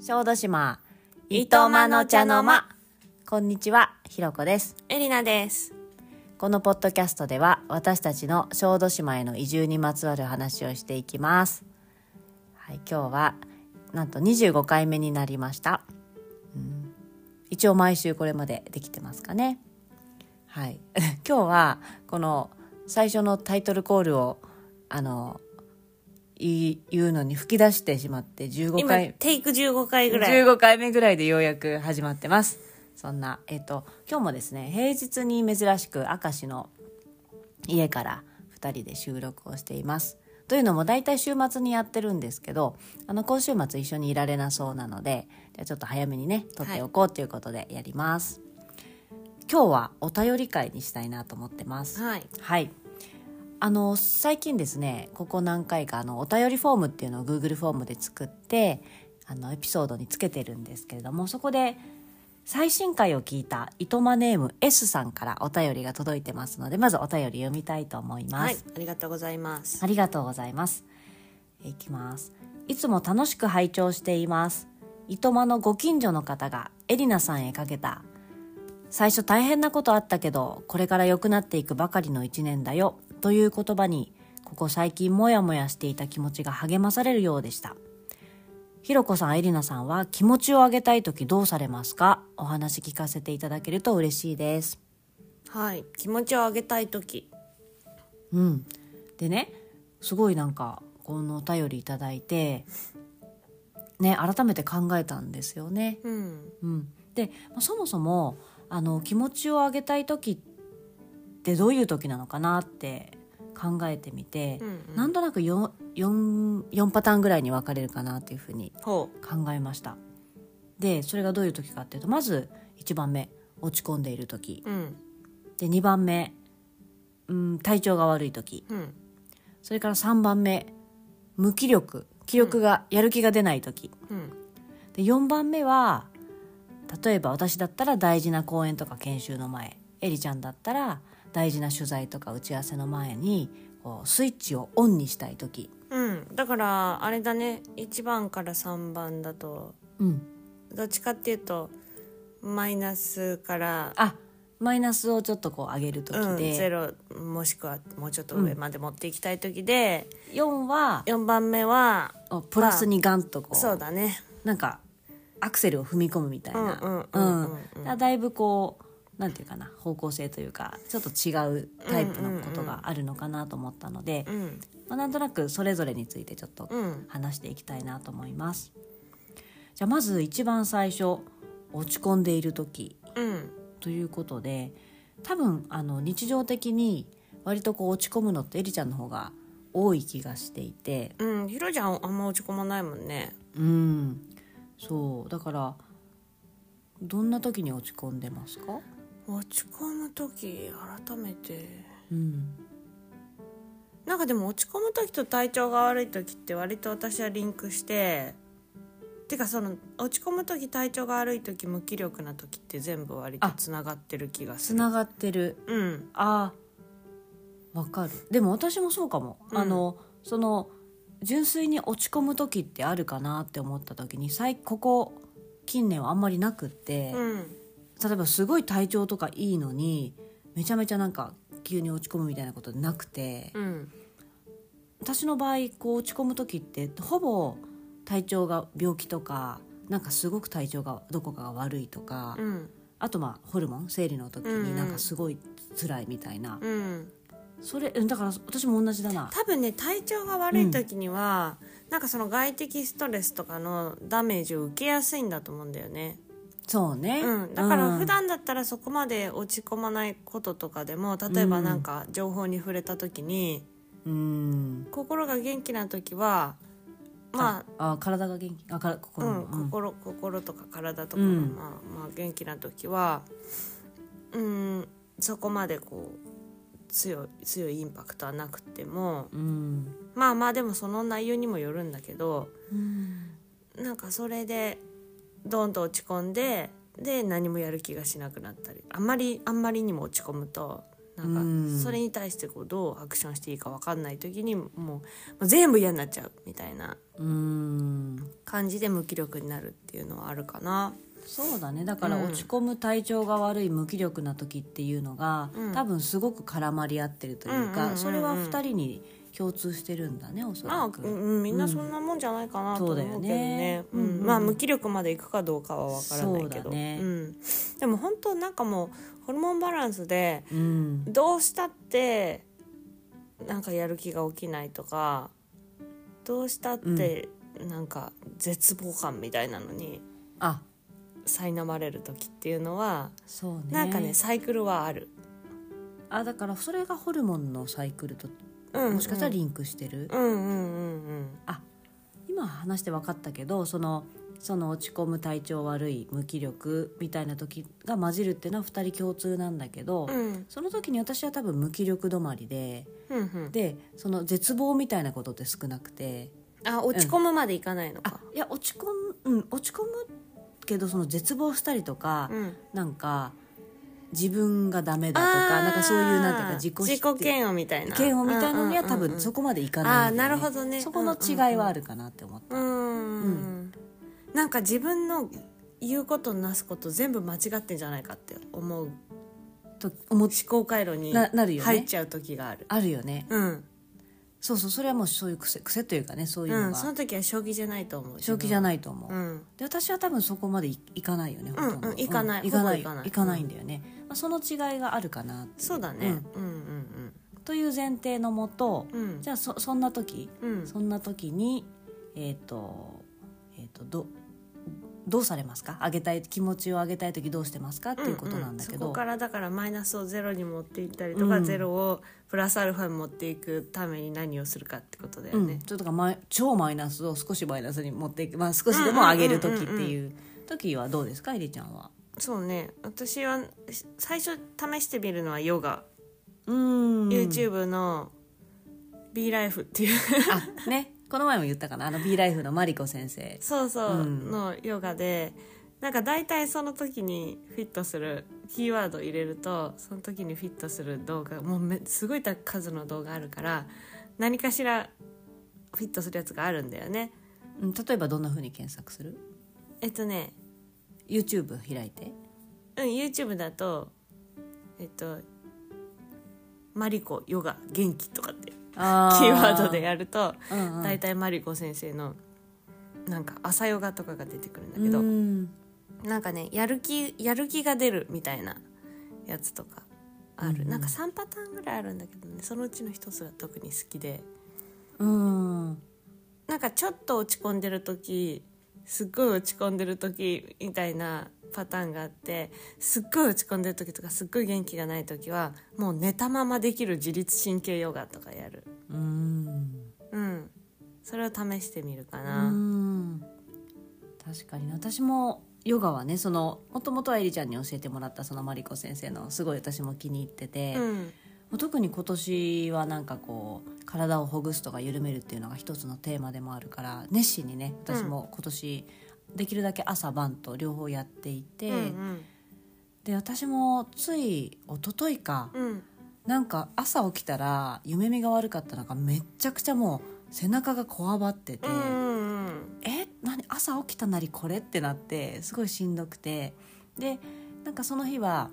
小豆島糸間の茶の間こんにちはひろこですエリナです。このポッドキャストでは私たちの小豆島への移住にまつわる話をしていきます、はい、今日はなんと25回目になりました、うん一応毎週これまでできてますかねはい 今日はこの最初のタイトルコールをあの言い言うのに吹き出してしまって15今回、テイク15回ぐらい。 15回目ぐらいでようやく始まってますそんなえっ、と今日もですね平日に珍しく明石の家から2人で収録をしていますというのも大体週末にやってるんですけどあの今週末一緒にいられなそうなのでじゃあちょっと早めにね撮っておこうということでやります、今日はお便り会にしたいなと思ってますはい。はい。あの最近ですねここ何回かあのお便りフォームっていうのを Google フォームで作ってあのエピソードにつけてるんですけれどもそこで最新回を聞いた糸マネーム S さんからお便りが届いてますのでまずお便り読みたいと思います。はい。ありがとうございます。ありがとうございます。いきます。いつも楽しく拝聴しています。いとまのご近所の方がエリナさんへかけた。最初大変なことあったけど、これから良くなっていくばかりの一年だよ。という言葉に、ここ最近もやもやしていた気持ちが励まされるようでした。ひろこさん、エリナさんは気持ちを上げたいときどうされますかお話聞かせていただけると嬉しいです。はい。気持ちを上げたいとき。うん、でねすごいなんかこのお便りいただいて、ね、改めて考えたんですよね。うん。うん、でまあそもそもあの気持ちを上げたい時ってどういう時なのかなって考えてみて、うんうんなんとなく 4, 4, 4パターンぐらいに分かれるかなっていうふうにほ考えました。でそれがどういう時かっていうとまず1番目落ち込んでいる時う。うん。で2番目、うん、体調が悪い時うん。それから3番目無気力気力が、やる気が出ない時うん。で4番目は例えば私だったら大事な講演とか研修の前エリちゃんだったら大事な取材とか打ち合わせの前にこうスイッチをオンにしたい時、うん。だから、あれだね。1番から3番だと、うん、どっちかっていうと、マイナスから、あマイナスをちょっとこう上げる時うん、ゼで、ロ、もしくはもうちょっと上まで持っていきたいときで、 4は4番目は、おプラスにガンとこう,、そうだね。なんかアクセルを踏み込むみたいなうんうんうんうんううんんだからだいぶこうなんていうかな方向性というかちょっと違うタイプのことがあるのかなと思ったので、うん。まあ、なんとなくそれぞれについてちょっとうん。話していきたいなと思います。じゃあまず一番最初落ち込んでいる時うん。ということで多分あの日常的に割とこう落ち込むのってエリちゃんの方が多い気がしていて。うん。ひろちゃん、あんま落ち込まないもんね。うんそうだからどんな時に落ち込んでますか、落ち込む時改めてうん、なんかでも落ち込む時と体調が悪い時って割と私はリンクしててかその落ち込む時体調が悪い時無気力な時って全部割とつながってる気がすつるながってるうんあーわかるでも私もそうかも、うんあのその純粋に落ち込む時ってあるかなって思った時に最ここ近年はあんまりなくって、うん例えばすごい体調とかいいのにめちゃめちゃなんか急に落ち込むみたいなことなくて、うん私の場合こう落ち込む時ってほぼ体調が病気とかなんかすごく体調がどこかが悪いとか、うんあとまあホルモン生理の時うんうにんなんかすごい辛いみたいな、うんそれうんだから私も同じだな多分ね体調が悪い時には、なんかその外的ストレスとかのダメージを受けやすいんだと思うんだよねそうね、うん、だからうん普段だったらそこまで落ち込まないこととかでも例えばなんか情報に触れた時に、うん心が元気な時はまああ体が元気あからあ、う心も、ん、うん心心とか体とかうが、んまあまあ、元気な時はうんそこまでこう強い強いインパクトはなくてもうんまあまあでもその内容にもよるんだけどうんなんかそれでどんと落ち込んでで何もやる気がしなくなったりあんまりあんまりにも落ち込むとなうんんかそれに対してこうどうアクションしていいか分かんない時にもうもう全部嫌になっちゃうみたいなうん感じで無気力になるっていうのはあるかな。そうだねだからうん落ち込む体調が悪い無気力な時っていうのが、うん多分すごく絡まり合ってるといううんうんうんか、うんそれは2人に共通してるんだねおそまらあ、うく。んみんなそんなもんじゃないかなと思うけどそうだよねね。ううんうんんまあ無気力までいくかどうかはわからないけそうだど。ねうんでも本当なんかもうホルモンバランスでうんどうしたってなんかやる気が起きないとかどうしたってなんか絶望感みたいなのにあ苛まれる時っていうのは、そうねなんかねサイクルはある。あだからそれがホルモンのサイクルとうんもしかしたらリンクしてる、うんうんうん今話して分かったけどそのその落ち込む体調悪い無気力みたいな時が混じるっていうのは2人共通なんだけど、うんうんその時に私は多分無気力止まりでうんうんでその絶望みたいなことって少なくてあ落ち込むまでいかないのあか。いや落ち込む、うん、落ち込むけどその絶望したりとか、うんなんか自分がダメだとかなんかそういうなんていうか自己否定自己嫌悪みたいな嫌悪みたいなのには多うんうんうんう分んそこまでいかないんだよ、あーなるほどねそこの違いはあるかなって思った、うーんなんか自分の言うことなすこと全部間違ってんじゃないかって思うと思考回路にななるよね入っちゃう時があるあるよねうん、そうそうそれはもうそういう癖癖というかねそういううのん、そのが時は正気じゃないと思う正気じゃないないと思う、うんで私は多分そこまでいいかないよねほとんど、うんうんいかないいかないほぼいかないいかないんだよね、まあ、その違いがあるかなそうだね、うん、うんという前提のもと、うんうんじゃあそそんな時うんそんな時にえっ、とえっ、とどどうされますか上げたい気持ちを上げたい時どうしてますかっていうことなんだけううど、そこからだからマイナスをゼロに持っていったりとか、うんゼロをプラスアルファに持っていくために何をするかってことだようん、ね、ちょっとかマイ超マイナスを少しマイナスに持っていく、まあ、少しでも上げる時っていう時はどうですかえりちゃんは。そうね私はし最初試してみるのはヨガ、うん YouTube の B ライフっていうあねこの前も言ったかなあの B ライフのマリコ先生 そうそううんのヨガで、なんか大体その時にフィットするキーワード入れるとその時にフィットする動画もうめすごいた数の動画あるから何かしらフィットするやつがあるんだよねうん例えばどんな風に検索するえっとね、 YouTube 開いてうん、YouTube だとえっと「マリコヨガ元気」とかってキーワキーワードでやるとうんうん、大体マリコ先生のなんか朝ヨガとかが出てくるんだうけど、んなんかねやる気やる気が出るみたいなやつとかある、うんなんか3パターンぐらいあるんだけどねそのうちの一つが特に好きでうんなんかちょっと落ち込んでる時すっごい落ち込んでる時みたいなパターンがあってすっごい落ち込んでる時とかすっごい元気がない時はもう寝たままできる自律神経ヨガとかやるうんうんそれを試してみるかうな、ん確かにな私もヨガはねそのもともとはえりちゃんに教えてもらったそのマリコ先生のすごい私も気に入ってて、もうんう特に今年はなんかこう体をほぐすとか緩めるっていうのが一つのテーマでもあるから熱心にね私も今年、できるだけ朝晩と両方やっていて、うんで私もつい一昨日か、うんうんなんか朝起きたら夢見が悪かったのがめっちゃくちゃもう背中がこわばってて、うんうんうんえ何朝起きたなりこれってなってすごいしんどくてでなんかその日は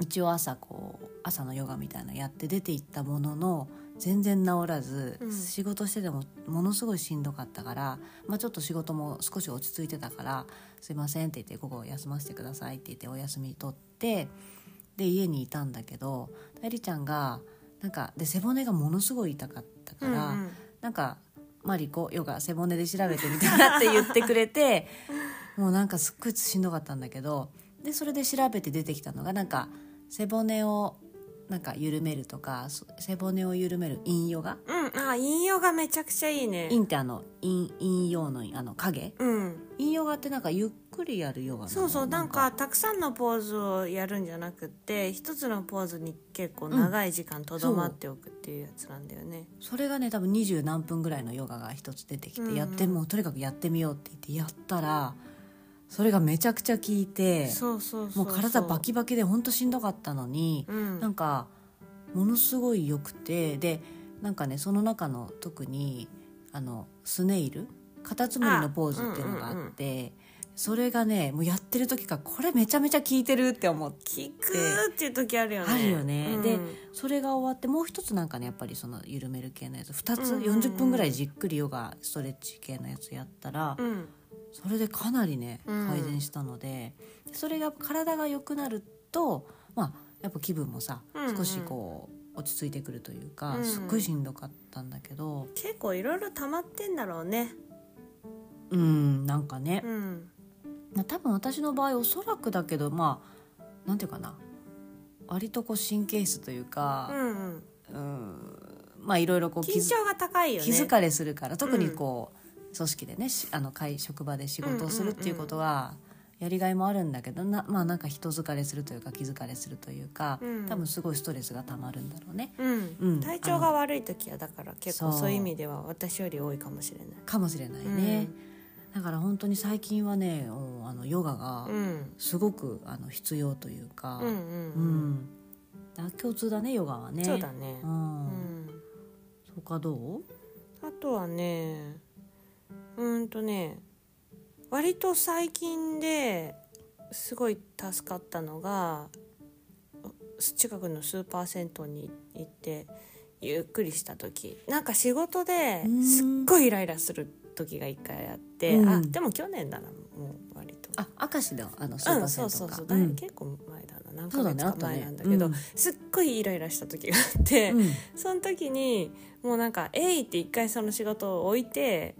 一応朝こう朝のヨガみたいなのやって出て行ったものの全然治らず、うん仕事しててもものすごいしんどかったから、まあ、ちょっと仕事も少し落ち着いてたから「すいません」って言って「午後休ませてください」って言ってお休み取ってで家にいたんだけどえりちゃんがなんかで背骨がものすごい痛かったから。うんうんなんか「マリコヨガ背骨で調べてみたら」って言ってくれて もうなんかすっごいしんどかったんだけどでそれで調べて出てきたのがなんか背骨をなんか緩めるとかそ背骨を緩める陰ヨガうん、あ引用がめちゃくちゃいいね。陰ってあの陰陰陽の陰あの影うん、陰ヨガってなんかゆっくりやるヨガなのそうそうなんかたくさんのポーズをやるんじゃなくて一つのポーズに結構長い時間とどまっておくっていうやつなんだよね。それがね多分二十何分ぐらいのヨガが一つ出てきうんうてんやってもうとにかくやってみようって言ってやったらそれがめちゃくちゃ効いてそうそうそもうう体バキバキで本当しんどかったのに、うん、なんかものすごい良くてでなんかねその中の特にあのスネイルカタツムリのポーズっていうのがあってそれがねもうやってる時からこれめちゃめちゃ効いてるって思って聞くーっていう時あるよねあるよねうんでそれが終わってもう一つなんかねやっぱりその緩める系のやつ2つうんうんうん40分ぐらいじっくりヨガストレッチ系のやつやったらうんそれでかなりねうん改善したのでそれが体が良くなるとまあやっぱ気分もさうんうん少しこう落ち着いてくるといううかんすっごいしんどかったんだけど結構いろいろ溜まってんだろうねうんなんかねうんまあ、多分私の場合おそらくだけどまあなんていうかな割とこう神経質といううか、んううんんまあいろいろこう気緊づ張が高いよね気疲れするから特にこう、組織でねしあの会職場で仕事をするっていうことはやりがいもあるんだけどなまあなんか人疲れするというか気疲れするというか、うん多分すごいストレスがたまるんだろうねうんうん体調が悪い時はだから結構そうそういう意味では私より多いかもしれないかもしれないね、だから本当に最近はねおあのヨガがうんすごくあの必要というか。うんうんううんん、だ共通だねヨガはねそうだねう、うんんそうかどあとはねうーんとね割と最近ですごい助かったのが近くのスーパー銭湯に行ってゆっくりした時なんか仕事でうんすっごいイライラする時が一回あって、うんあでも去年だなもう割とう。あ明石だあのスーうパーん、そう銭そ湯うかそう、だういぶん結構前だな何そヶうだ月ねあかった前ねなんだけどうんすっごいイライラした時があって、うんその時にもうなんか「えい!」って一回その仕事を置いて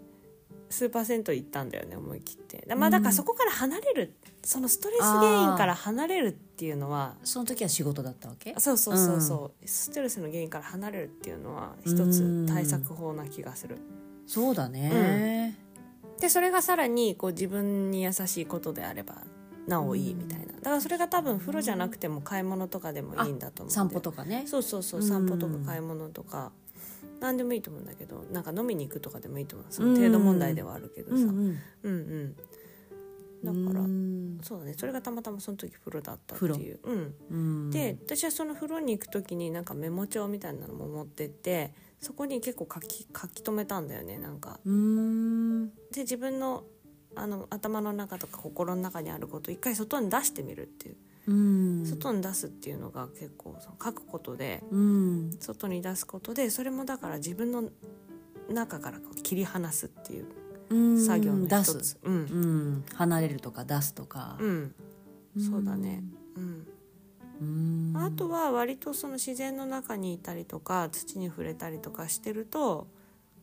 スーパー銭湯行ったんだよね思い切ってだまあだからそこから離れるそのストレス原因から離れるっていうのはその時は仕事だったわけそうそうそうそう、ストレスの原因から離れるっていうのは一つ対策法な気がするそうだね、でそれがさらにこう自分に優しいことであればなおいいみたいなだからそれが多分風呂じゃなくても買い物とかでもいいんだと思う散歩とかねそうそうそううん散歩とか買い物とか何でもいいと思うんだけどなんか飲みに行くとかでもいいと思うその程度問題ではあるけどさ、うんんうんうんだからうんそうだねそれがたまたまその時風呂だったっていう、うん、うんで私はその風呂に行く時になんかメモ帳みたいなのも持ってってそこに結構書き書き留めたんだよねなんかうんで自分のあの頭の中とか心の中にあることを一回外に出してみるっていう、うん外に出すっていうのが結構その書くことでうん外に出すことでそれもだから自分の中からこう切り離すっていううん作業の一出つ、すう、うんん離れるとか出すとかう、んそうだね、うんうんあとは割とその自然の中にいたりとか土に触れたりとかしてると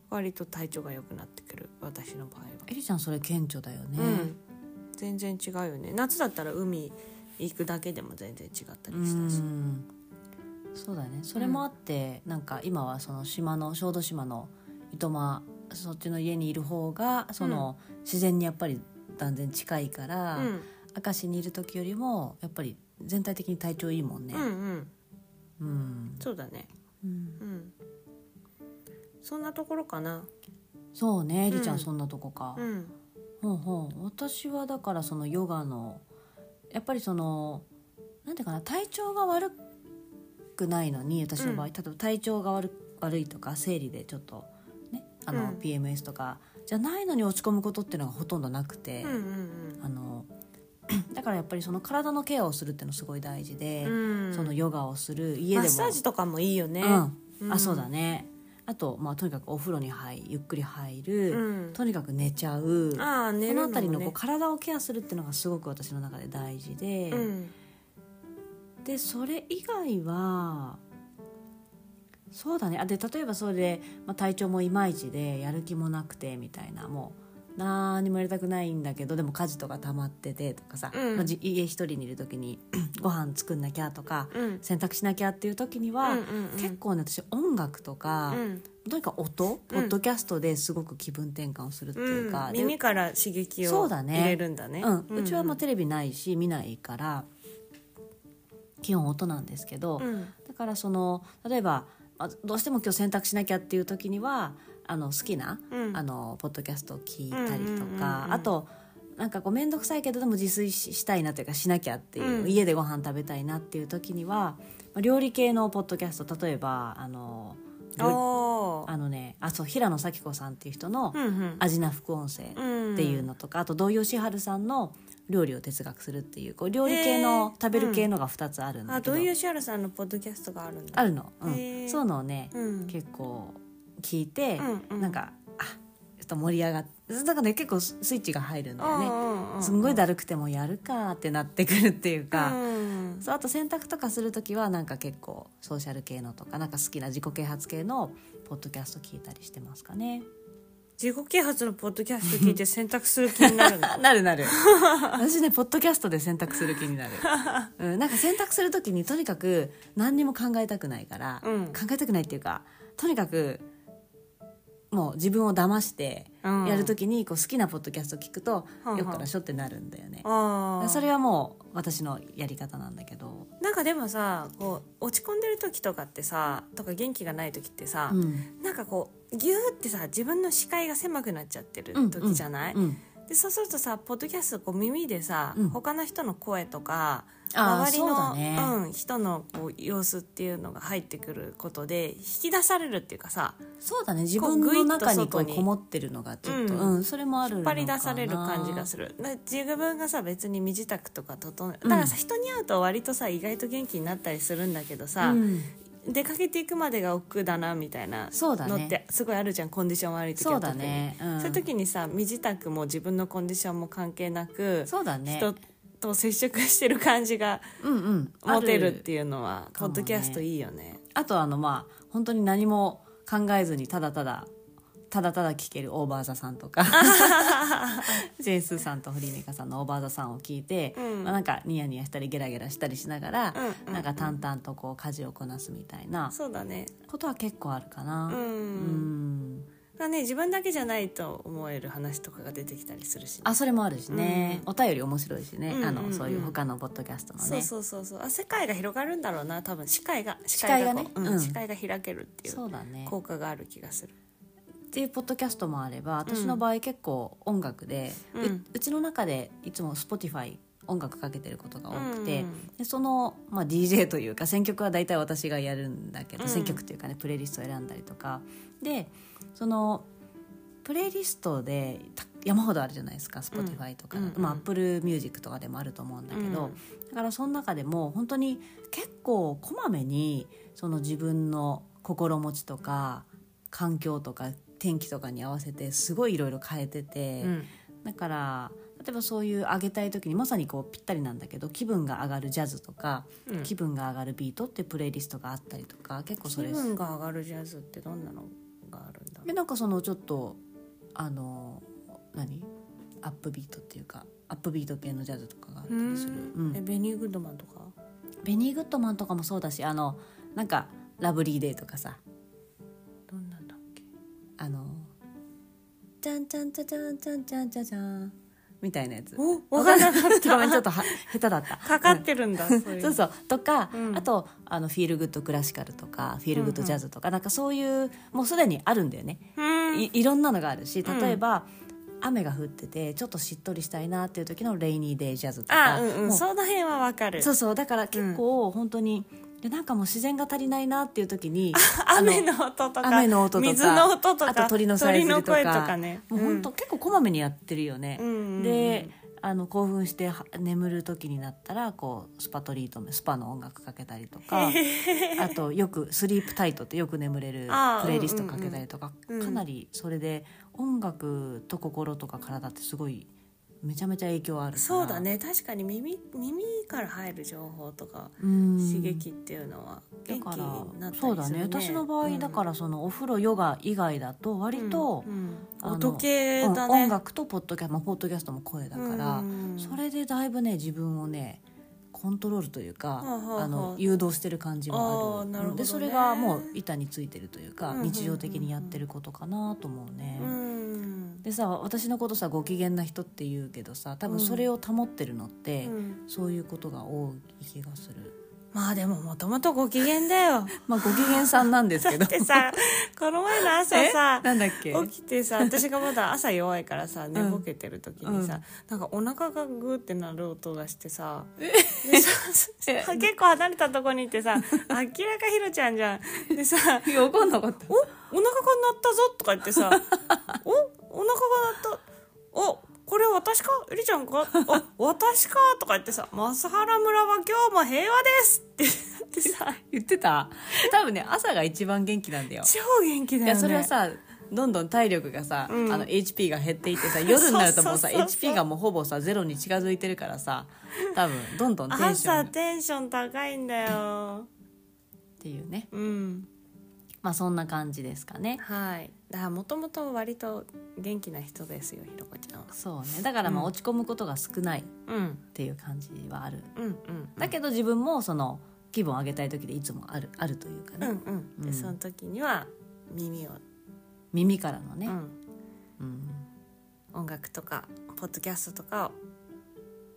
割と体調が良くなってくる私の場合は、エリちゃんそれ顕著だよね、うん、全然違うよね夏だったら海行くだけでも全然違ったりしたしうんそうだねそれもあって、なんか今はその島の小豆島の糸満そっちの家にいる方がその、自然にやっぱり断然近いかうら、ん明石にいる時よりもやっぱり全体的に体調いいもんねうんうんうん、そうだねうんうんそんなところかなそうねエリちゃん、うんそんなとこか、うんほうほう私はだからそのヨガのやっぱりそのなんていうかな体調が悪くないのに私の場合、うん例えば体調が悪悪いとか生理でちょっとねあの、うん PMS とかじゃないのに落ち込むことっていうのがほとんどなくて、うんうんあの だからやっぱりその体のケアをするっていうのすごい大事で、うんそのヨガをする家でもマッサージとかもいいよね、うんうんあそうだねあと、まあ、とにかくお風呂に入ゆっくり入うる、ん、とにかく寝ちゃう。ああこ寝るののも、ね、辺りのこう体をケアするっていうのがすごく私の中で大事で、うんでそれ以外はそうだねあで例えばそれで、まあ、体調もいまいちでやる気もなくてみたいなもう何もやりたくないんだけどでも家事とか溜まっててとかさ、うんまあじ家一人にいる時に ご飯作んなきゃとかうん洗濯しなきゃっていう時には、うんうんうん結構ね私音楽とか、うんとにかく音、ポッドキャストですごく気分転換をするっていうか、うんで耳から刺激そをうだ入ねれるんだねうん、うちはまあテレビないし見ないから基本音なんですけど、うんだからその例えば、まあ、どうしても今日洗濯しなきゃっていう時にはあの好きな、うんあのポッドキャストを聞いたりとか、うんうんうんうんあとなんかこう面倒くさいけどでも自炊ししたいなというかしなきゃっていう、うん家でご飯食べたいなっていう時には、まあ、料理系のポッドキャスト例えばあのおーあのねあそう平野咲子さんっていう人のうんうん「アジナ副音声」うんっていうのとか、あと土井善晴さんの料理を哲学するっていうこう料理系の、へー食べる系のが2つあるんだあけどどういうシャルさんのポッドキャストがあるんだあるの、うへん、ーそういうのをね、うん結構聞いて、うんうんなんかあちょっと盛り上がってなんかね結構ススイッチが入るんだよね、ねすんごいだるくてもやるかってなってくるっていうか、うんそうあと洗濯とかする時はなんか結構ソーシャル系のとかなんか好きな自己啓発系のポッドキャスト聞いたりしてますかね自己啓発のポッドキャスト聞いて選択する気に なるのなるなる私ねポッドキャストで洗濯する気にな る、うん、なんか洗濯する時にとにかく何にも考えたくないから、うん考えたくないっていうかとにかくもう自分を騙してうんやる時にこう好きなポッドキャスト聞くと、はんはんよっからしょってなるんだよね、ああそれはもう私のやり方なんだけど、なんかでもさこう落ち込んでる時とかってさとか元気がない時ってさ、うんなんかこうギューってさ自分の視界が狭くなっちゃってる時じゃない、うんうんでそうするとさポッドキャストこう耳でさ、うん他の人の声とかあー周りそうだのねうん、人のこう様子っていうのが入ってくることで引き出されるっていうかさそうだね自分の中にここううぐいっと外にこもってるのがちょっと、ううんんそれもあるの引っか張なり出される感じがするな自分がさ別に身支度とか整えだからさ、人に会うと割とさ意外と元気になったりするんだけどさ、うん出かけていくまでが億劫だなみたいなそうだねのってすごいあるじゃんコンディション悪い時はそうだね、うん特にそういう時にさ身支度も自分のコンディションも関係なく、そうだね人と接触してる感じがうんうん持てあるっていうのはかもポッねドキャストいいよねあとあのまあ本当に何も考えずにただただただただ聴けるオーバーザさん とかジェイスーさんと堀美香さんのオーバーザさんを聞いて、うんまあ、なんかニヤニヤしたりゲラゲラしたりしながら、うんうんうんなんか淡々とこう家事をこなすみたいなそうだねことは結構あるかう、な、うんんがね自分だけじゃないと思える話とかが出てきたりするしね、あそれもあるしね、うお便り面白いしね、うんうんうんあのそういう他のポッドキャストのねそうそうそうそうあ世界が広がるんだろうな多分視界が視界がねこううんうん視界が開けるっていそううだね効果がある気がするっていうポッドキャストもあれば私の場合結構音楽で、ううんうちの中でいつも Spotify 音楽かけてることが多くて、うんでその、まあ、DJ というか選曲は大体私がやるんだけど、うん選曲というかねプレイリストを選んだりとかでそのプレイリストでた山ほどあるじゃないですか Spotify とかだと、うんまあ、Apple Music とかでもあると思うんだけど、うんだからその中でも本当に結構こまめにその自分の心持ちとか環境とか天気とかに合わせてすごいいろいろ変えてて、うんだから例えばそういう上げたい時にまさにこうぴったりなんだけど気分が上がるジャズとか、うん気分が上がるビートってプレイリストがあったりとか結構そ気れ分が上がるジャズってどんなのがあるんだろうでなんかそのちょっとあの何アップビートっていうかアップビート系のジャズとかがあったりする。うんえベニー・グッドマンとかベニー・グッドマンとかもそうだしあのなんか「ラブリー・デイ」とかさどんなんだっけあの「じゃんじゃんじゃじゃんじゃんじゃんじゃじゃん」みたいなやつお わわかかんなんなかかっったたごめんちょっとは下手だったかかってるんだ、そういうそうそうとか、うんあとあのフィールグッドクラシカルとかフィールグッドジャズとか、なんかそういうもうすでにあるんだよねうんいいろんなのがあるし例えば、雨が降っててちょっとしっとりしたいなっていう時のレイニーデイジャズとかあうんうんもうその辺はわかるそうそうだから結構本当に、でなんかもう自然が足りないなっていう時にあの 雨の音とか雨の音とか水の音とかあと鳥のさえずりとか鳥の声とかねもう本当、結構こまめにやってるよね、うんうんであの興奮しては眠る時になったらこうスパトリートメントスパの音楽かけたりとかあとよくスリープタイトってよく眠れるあープレイリストかけたりとか、うんうんうんかなりそれで音楽と心とか体ってすごいめちゃめちゃ影響あるからそうだね確かに耳耳から入る情報とかうん刺激っていうのはだ元気からになったりする、ね、そうだね私の場合だかららそのお風呂ヨガ以外だと割と、あの音系だうんね音楽とポッドキャスト、まあ、ポッドキャストも声だから、うんそれでだいぶね自分をねコントロールというか、あはああのはあ誘導してる感じもああるーなるほどねでそれがもう板についてるというか、うんうんうんうん日常的にやってることかなと思うね、うんでさ私のことさご機嫌な人って言うけどさ多分それを保ってるのって、うんそういうことが多い気がするまあでももともとご機嫌だよまあご機嫌さんなんですけど だって さこの前の朝えさなんだっけ起きてさ私がまだ朝弱いから さ寝ぼけてる時にさ、うんなんかお腹がグーってなる音がしてさでさえ結構離れたとこにいてさ 明らかひろちゃんじゃ んでさいやわかんなかったおお腹が鳴ったぞとか言って さおお腹が鳴ったおこれ私かえりちゃんか あ私かとか言ってさ「増原村は今日も平和です」って言ってさ言ってた多分ね朝が一番元気なんだよ超元気だよねいやそれはさどんどん体力がさ、うんあの HP が減っていってさ夜になるともうさ そうそうそうそう HP がもうほぼさゼロに近づいてるからさ多分どんどんテンション朝がっテンション高いんだよていうねうんまあそんな感じですかねはいだからもともと割と元気な人ですよひろこちゃんはそうねだからまあうん落ち込むことが少ないっうんていう感じはある、うんうんだけど自分もその気分を上げたい時でいつもあるあるというかうね、んうんうでんその時には耳を、耳からのね、ううんん、うん音楽とかポッドキャストとかを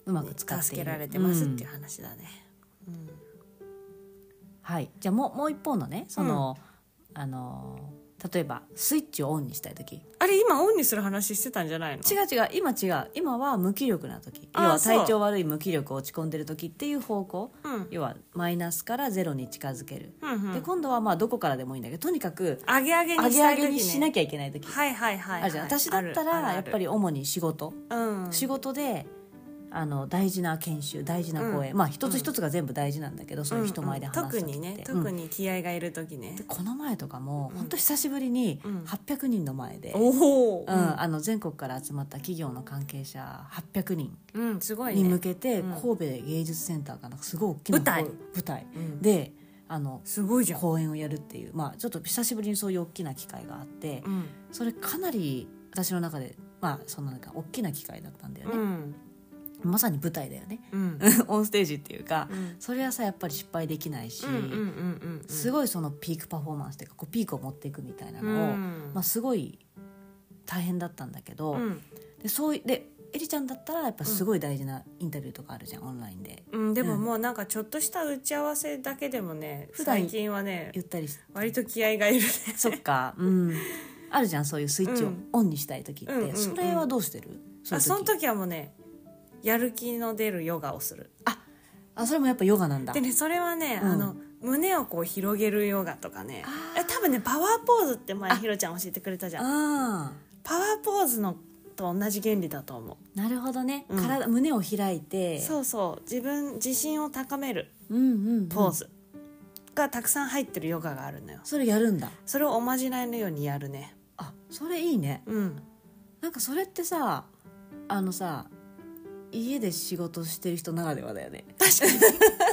うまく使ってい助るけられてますっていううん話だね、はいじゃあもうもう一方のねその、あの例えばスイッチをオンにしたい時あれ今オンにする話してたんじゃないの違う違う今違う今は無気力な時あ要はそう体調悪い無気力落ち込んでる時っていう方向うん、うん要はマイナスからゼロに近づける、うん、で今度はまあどこからでもいいんだけどとにかく上げ上げ上にしげた上い時、ね、げにしなきゃいけない時、はいはいはい、はい、あるじゃん私だったらやっぱり、り主に仕事、うん、仕事であの大事な研修大事な講演、うんまあ一つ一つが全部大事なんだけど、そういう人前でうんうん話す時って、特にねうん特に気合がいる時ねで、この前とかもうん本当久しぶりにうん800人の前で、おうおん、あの全国から集まった企業の関係者800人うん、うんすごいに向ね、けてう神ん戸芸術センターかなんかすごい大きな舞台ホール舞台うん、であのすごいじゃん、公演をやるっていう、まあ、ちょっと久しぶりにそういう大きな機会があってうんそれかなり私の中で、まあ、そのなんか大きな機会だったんだようね、んまさに舞台だよね うんオンステージっていうか、うんそれはさやっぱり失敗できないし、うんうんうんうんすいごいそのピークパフォーマンスっていうかこうピークを持っていくみたいなうのを、んまあ、すごい大変だったんだけど、うんでそういでエリちゃんだったらやっぱすごい大事なインタビューとかあるじゃん、オンラインでうん、でもうんもうなんかちょっとした打ち合わせだけでもね普段最近はね言ったりし割と気合がいるねそっか、うん、あるじゃんそういうスイッチうをんオンにしたい時って、うんうんうんそれはどうしてるあその時時はもうねやる気の出るヨガをするあそれもやっぱヨガなんだでねそれはね、うんあの胸をこう広げるヨガとかねあえ多分ねパワーポーズって前ひろちゃん教えてくれたじゃんあパワーポーズのと同じ原理だと思ーなるほどね、うん体胸を開いうてそうそう自分自信を高めるう、んうんうん、ポーズがたくさん入ってるヨガがあるのよそれやるんだそれをおまじないのようにやるねあそれいいねうんなんかそれってさあのさ家で仕事してる人ならではだよね確 かに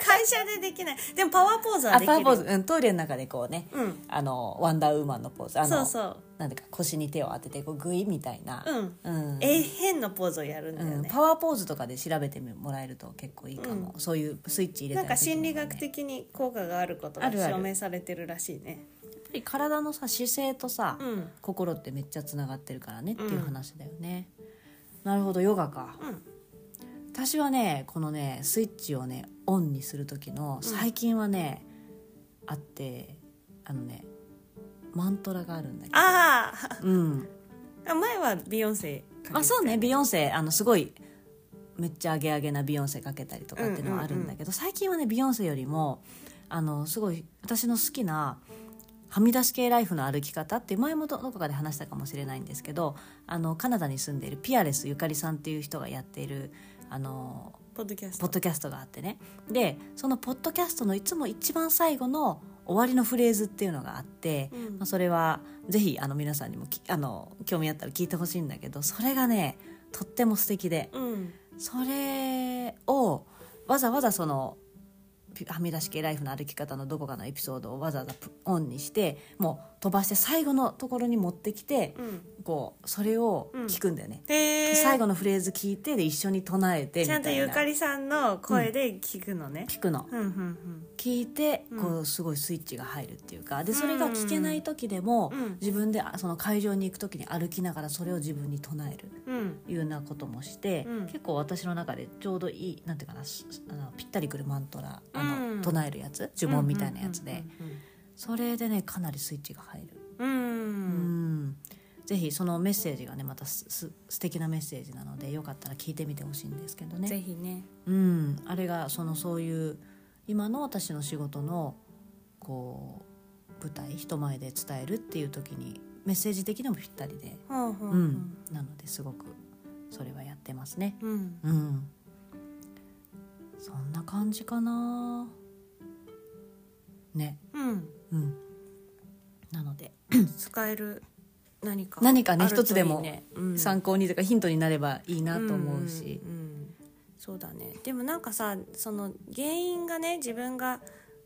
会社でできないでもパワーポーズはあできるパワーポーズ、うん、トイレの中でこうねうんあのワンダーウーマンのポーズあのそうそうなんていうか腰に手を当ててこうグイみたいな、うんうんえ変のポーズをやるんだうよんね、パワーポーズとかで調べてもらえると結構いいかも、そういうスイッチ入れたりなんか心理と学もね的に効果があることあがるある証明されてるらしいねやっぱり体のさ姿勢とさ、うん心ってめっちゃつながってるからねってうんいう話だよね、なるほどヨガかうん私はねこのねスイッチをねオンにする時の最近はね、あってあのねマントラがあるんだけどあうんあ 前はビヨンセあそうねビヨンセあのすごいめっちゃアゲアゲなビヨンセかけたりとかっていうのはあるんだけど、最近はねビヨンセよりもあのすごい私の好きなはみ出し系ライフの歩き方って前もどこかで話したかもしれないんですけどあのカナダに住んでいるピアレスゆかりさんっていう人がやっているあのポッドキャスポトッドキャストがあってねでそのポッドキャストのいつも一番最後の終わりのフレーズっていうのがあって、うんまあ、それはぜひあの皆さんにもきあの興味あったら聞いてほしいんだけどそれがねとっても素敵でうんそれをわざわざその「はみ出し系ライフの歩き方」のどこかのエピソードをわざわざプオンにしてもう飛ばして最後のところに持ってきて、うんこうそれを聞くんだよね、へでえ最後のフレーズ聞いてで一緒に唱えてみちたゃいんなとゆかりさんの声で聞くのね、聞くのうん、うんうん聞いてうんこうすごいスイッチが入るっていうかでそれが聞けない時でもうん自分であその会場に行く時に歩きながらそれを自分に唱えるうんいうようなこともして、うん結構私の中でちょうどいいなんていうかなしあのぴったりくるマントラあの、うん唱えるやつ呪文みたいなやつで、うんそれでねかなりスイッチが入る。うんうんぜひそのメッセージがねまたすす素敵なメッセージなのでよかったら聞いてみてほしいんですけどね。ぜひねうん、あれがそのそういう今の私の仕事のこう舞台人前で伝えるっていう時にメッセージ的にもぴったりで、ほうほううほんうなのですごくそれはやってますね。うんうん、そんな感じかなね、うんうん、なので使える何か何かねあると一つでもいいねうん参考にというかヒントになればいいなと思うし、んんんそうだねでもなんかさその原因がね自分が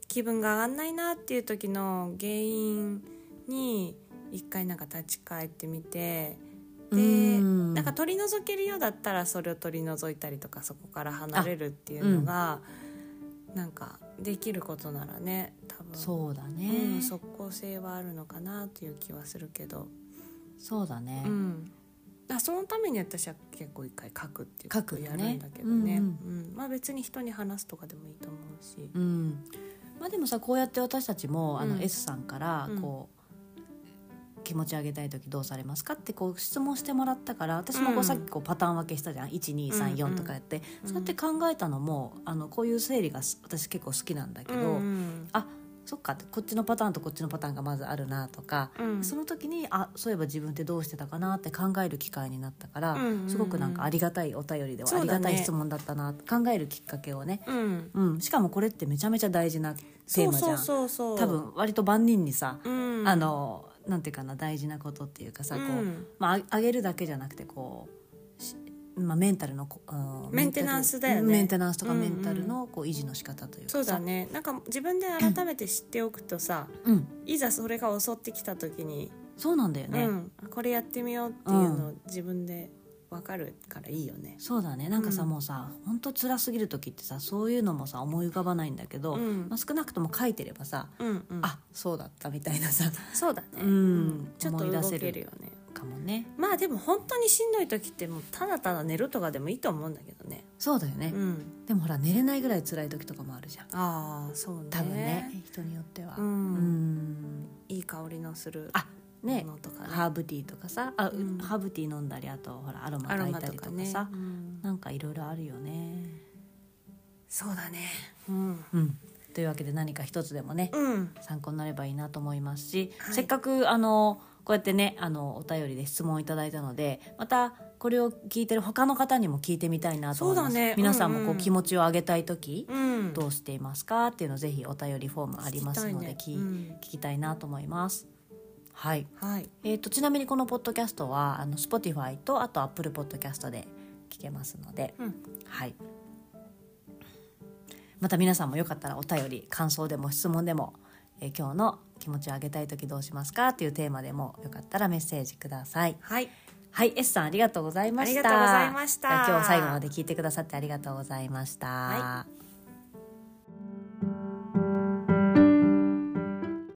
気分が上がんないなっていう時の原因に一回なんか立ち返ってみてうでんなんか取り除けるようだったらそれを取り除いたりとかそこから離れるっていうのが、なんかできることならね多分そうだね、うん、そ即効性はあるのかなっていう気はするけど、うだね、うん、だそのために私は結構一回書くっていう書こくとをのねやるんだけどねうんうんまあ別に人に話すとかでもいいと思うし、うんまあ、でもさこうやって私たちも、あうのん S さんからうんこう、気持ち上げたい時どうされますかってこう質問してもらったから私もこううんさっきこうパターン分けしたじゃん、1234とかやって、うんそうやって考えたのもあのこういう整理がす私結構好きなんだけど、うんあそっかってこっちのパターンとこっちのパターンがまずあるなとか、うんその時にあそういえば自分ってどうしてたかなって考える機会になったから、うんうんうんすごくなんかありがたいお便りではそうあだりねがたい質問だったな、考えるきっかけをねうんうん、しかもこれってめちゃめちゃ大事なテーそうマじそゃうんそうそう多、分割と万人にさ、うん、あのなんていうかな大事なことっていうかさ、うこうんまああ、上げるだけじゃなくてこうし、まあ、メンタルのこ、うんメンテナンスだよねうんメンテナンスとかうんうメんンタルのこう維持の仕方というかさそうだねなんか自分で改めて知っておくとさうん、いざそれが襲ってきた時に、そうなんだよね、うん、これやってみようっていうのを自分で分かるからいいよね。そうだねなんかさ、うんもうさ本当辛すぎる時ってさそういうのもさ思い浮かばないんだけど、うんまあ、少なくとも書いてればさ、うんうん、あそうだったみたいなさそうだね、うんちょっ思とい出動せるけるよねかもねまあでも本当にしんどい時ってもうただただ寝るとかでもいいと思うんだけどねそうだよね、うんでもほら寝れないぐらい辛い時とかもあるじゃんああそうね多分ね、人によってはう、うんんいい香りのするあねものとかねハーブティーとかさあ、うんハーブティー飲んだりあとほらアロマアロ炊いマたとりとかかねさうんなんかいろいろあるよねそうだねうん、うんというわけで何か一つでもね、うん、参考になればいいなと思いますし、はいせっかくあのこうやってねあのお便りで質問いただいたのでまたこれを聞いてる他の方にも聞いてみたいなと思います、そうだね皆さんもこうんううん気持ちを上げたい時、うん、どうしていますかっていうのをぜひお便りフォームありますので聞きたい聞,、ねうん聞きたいなと思います。はいはいえー、とちなみにこのポッドキャストはあの Spotify とあと Apple ポッドキャストで聞けますので、うんはい、また皆さんもよかったらお便り感想でも質問でも、えー今日の「気持ちを上げたい時どうしますか?」っていうテーマでもよかったらメッセージください。はいはい、S さんありがとうございました。ありがとうございましたじゃあ今日最後まで聞いてくださってありがとうございました。は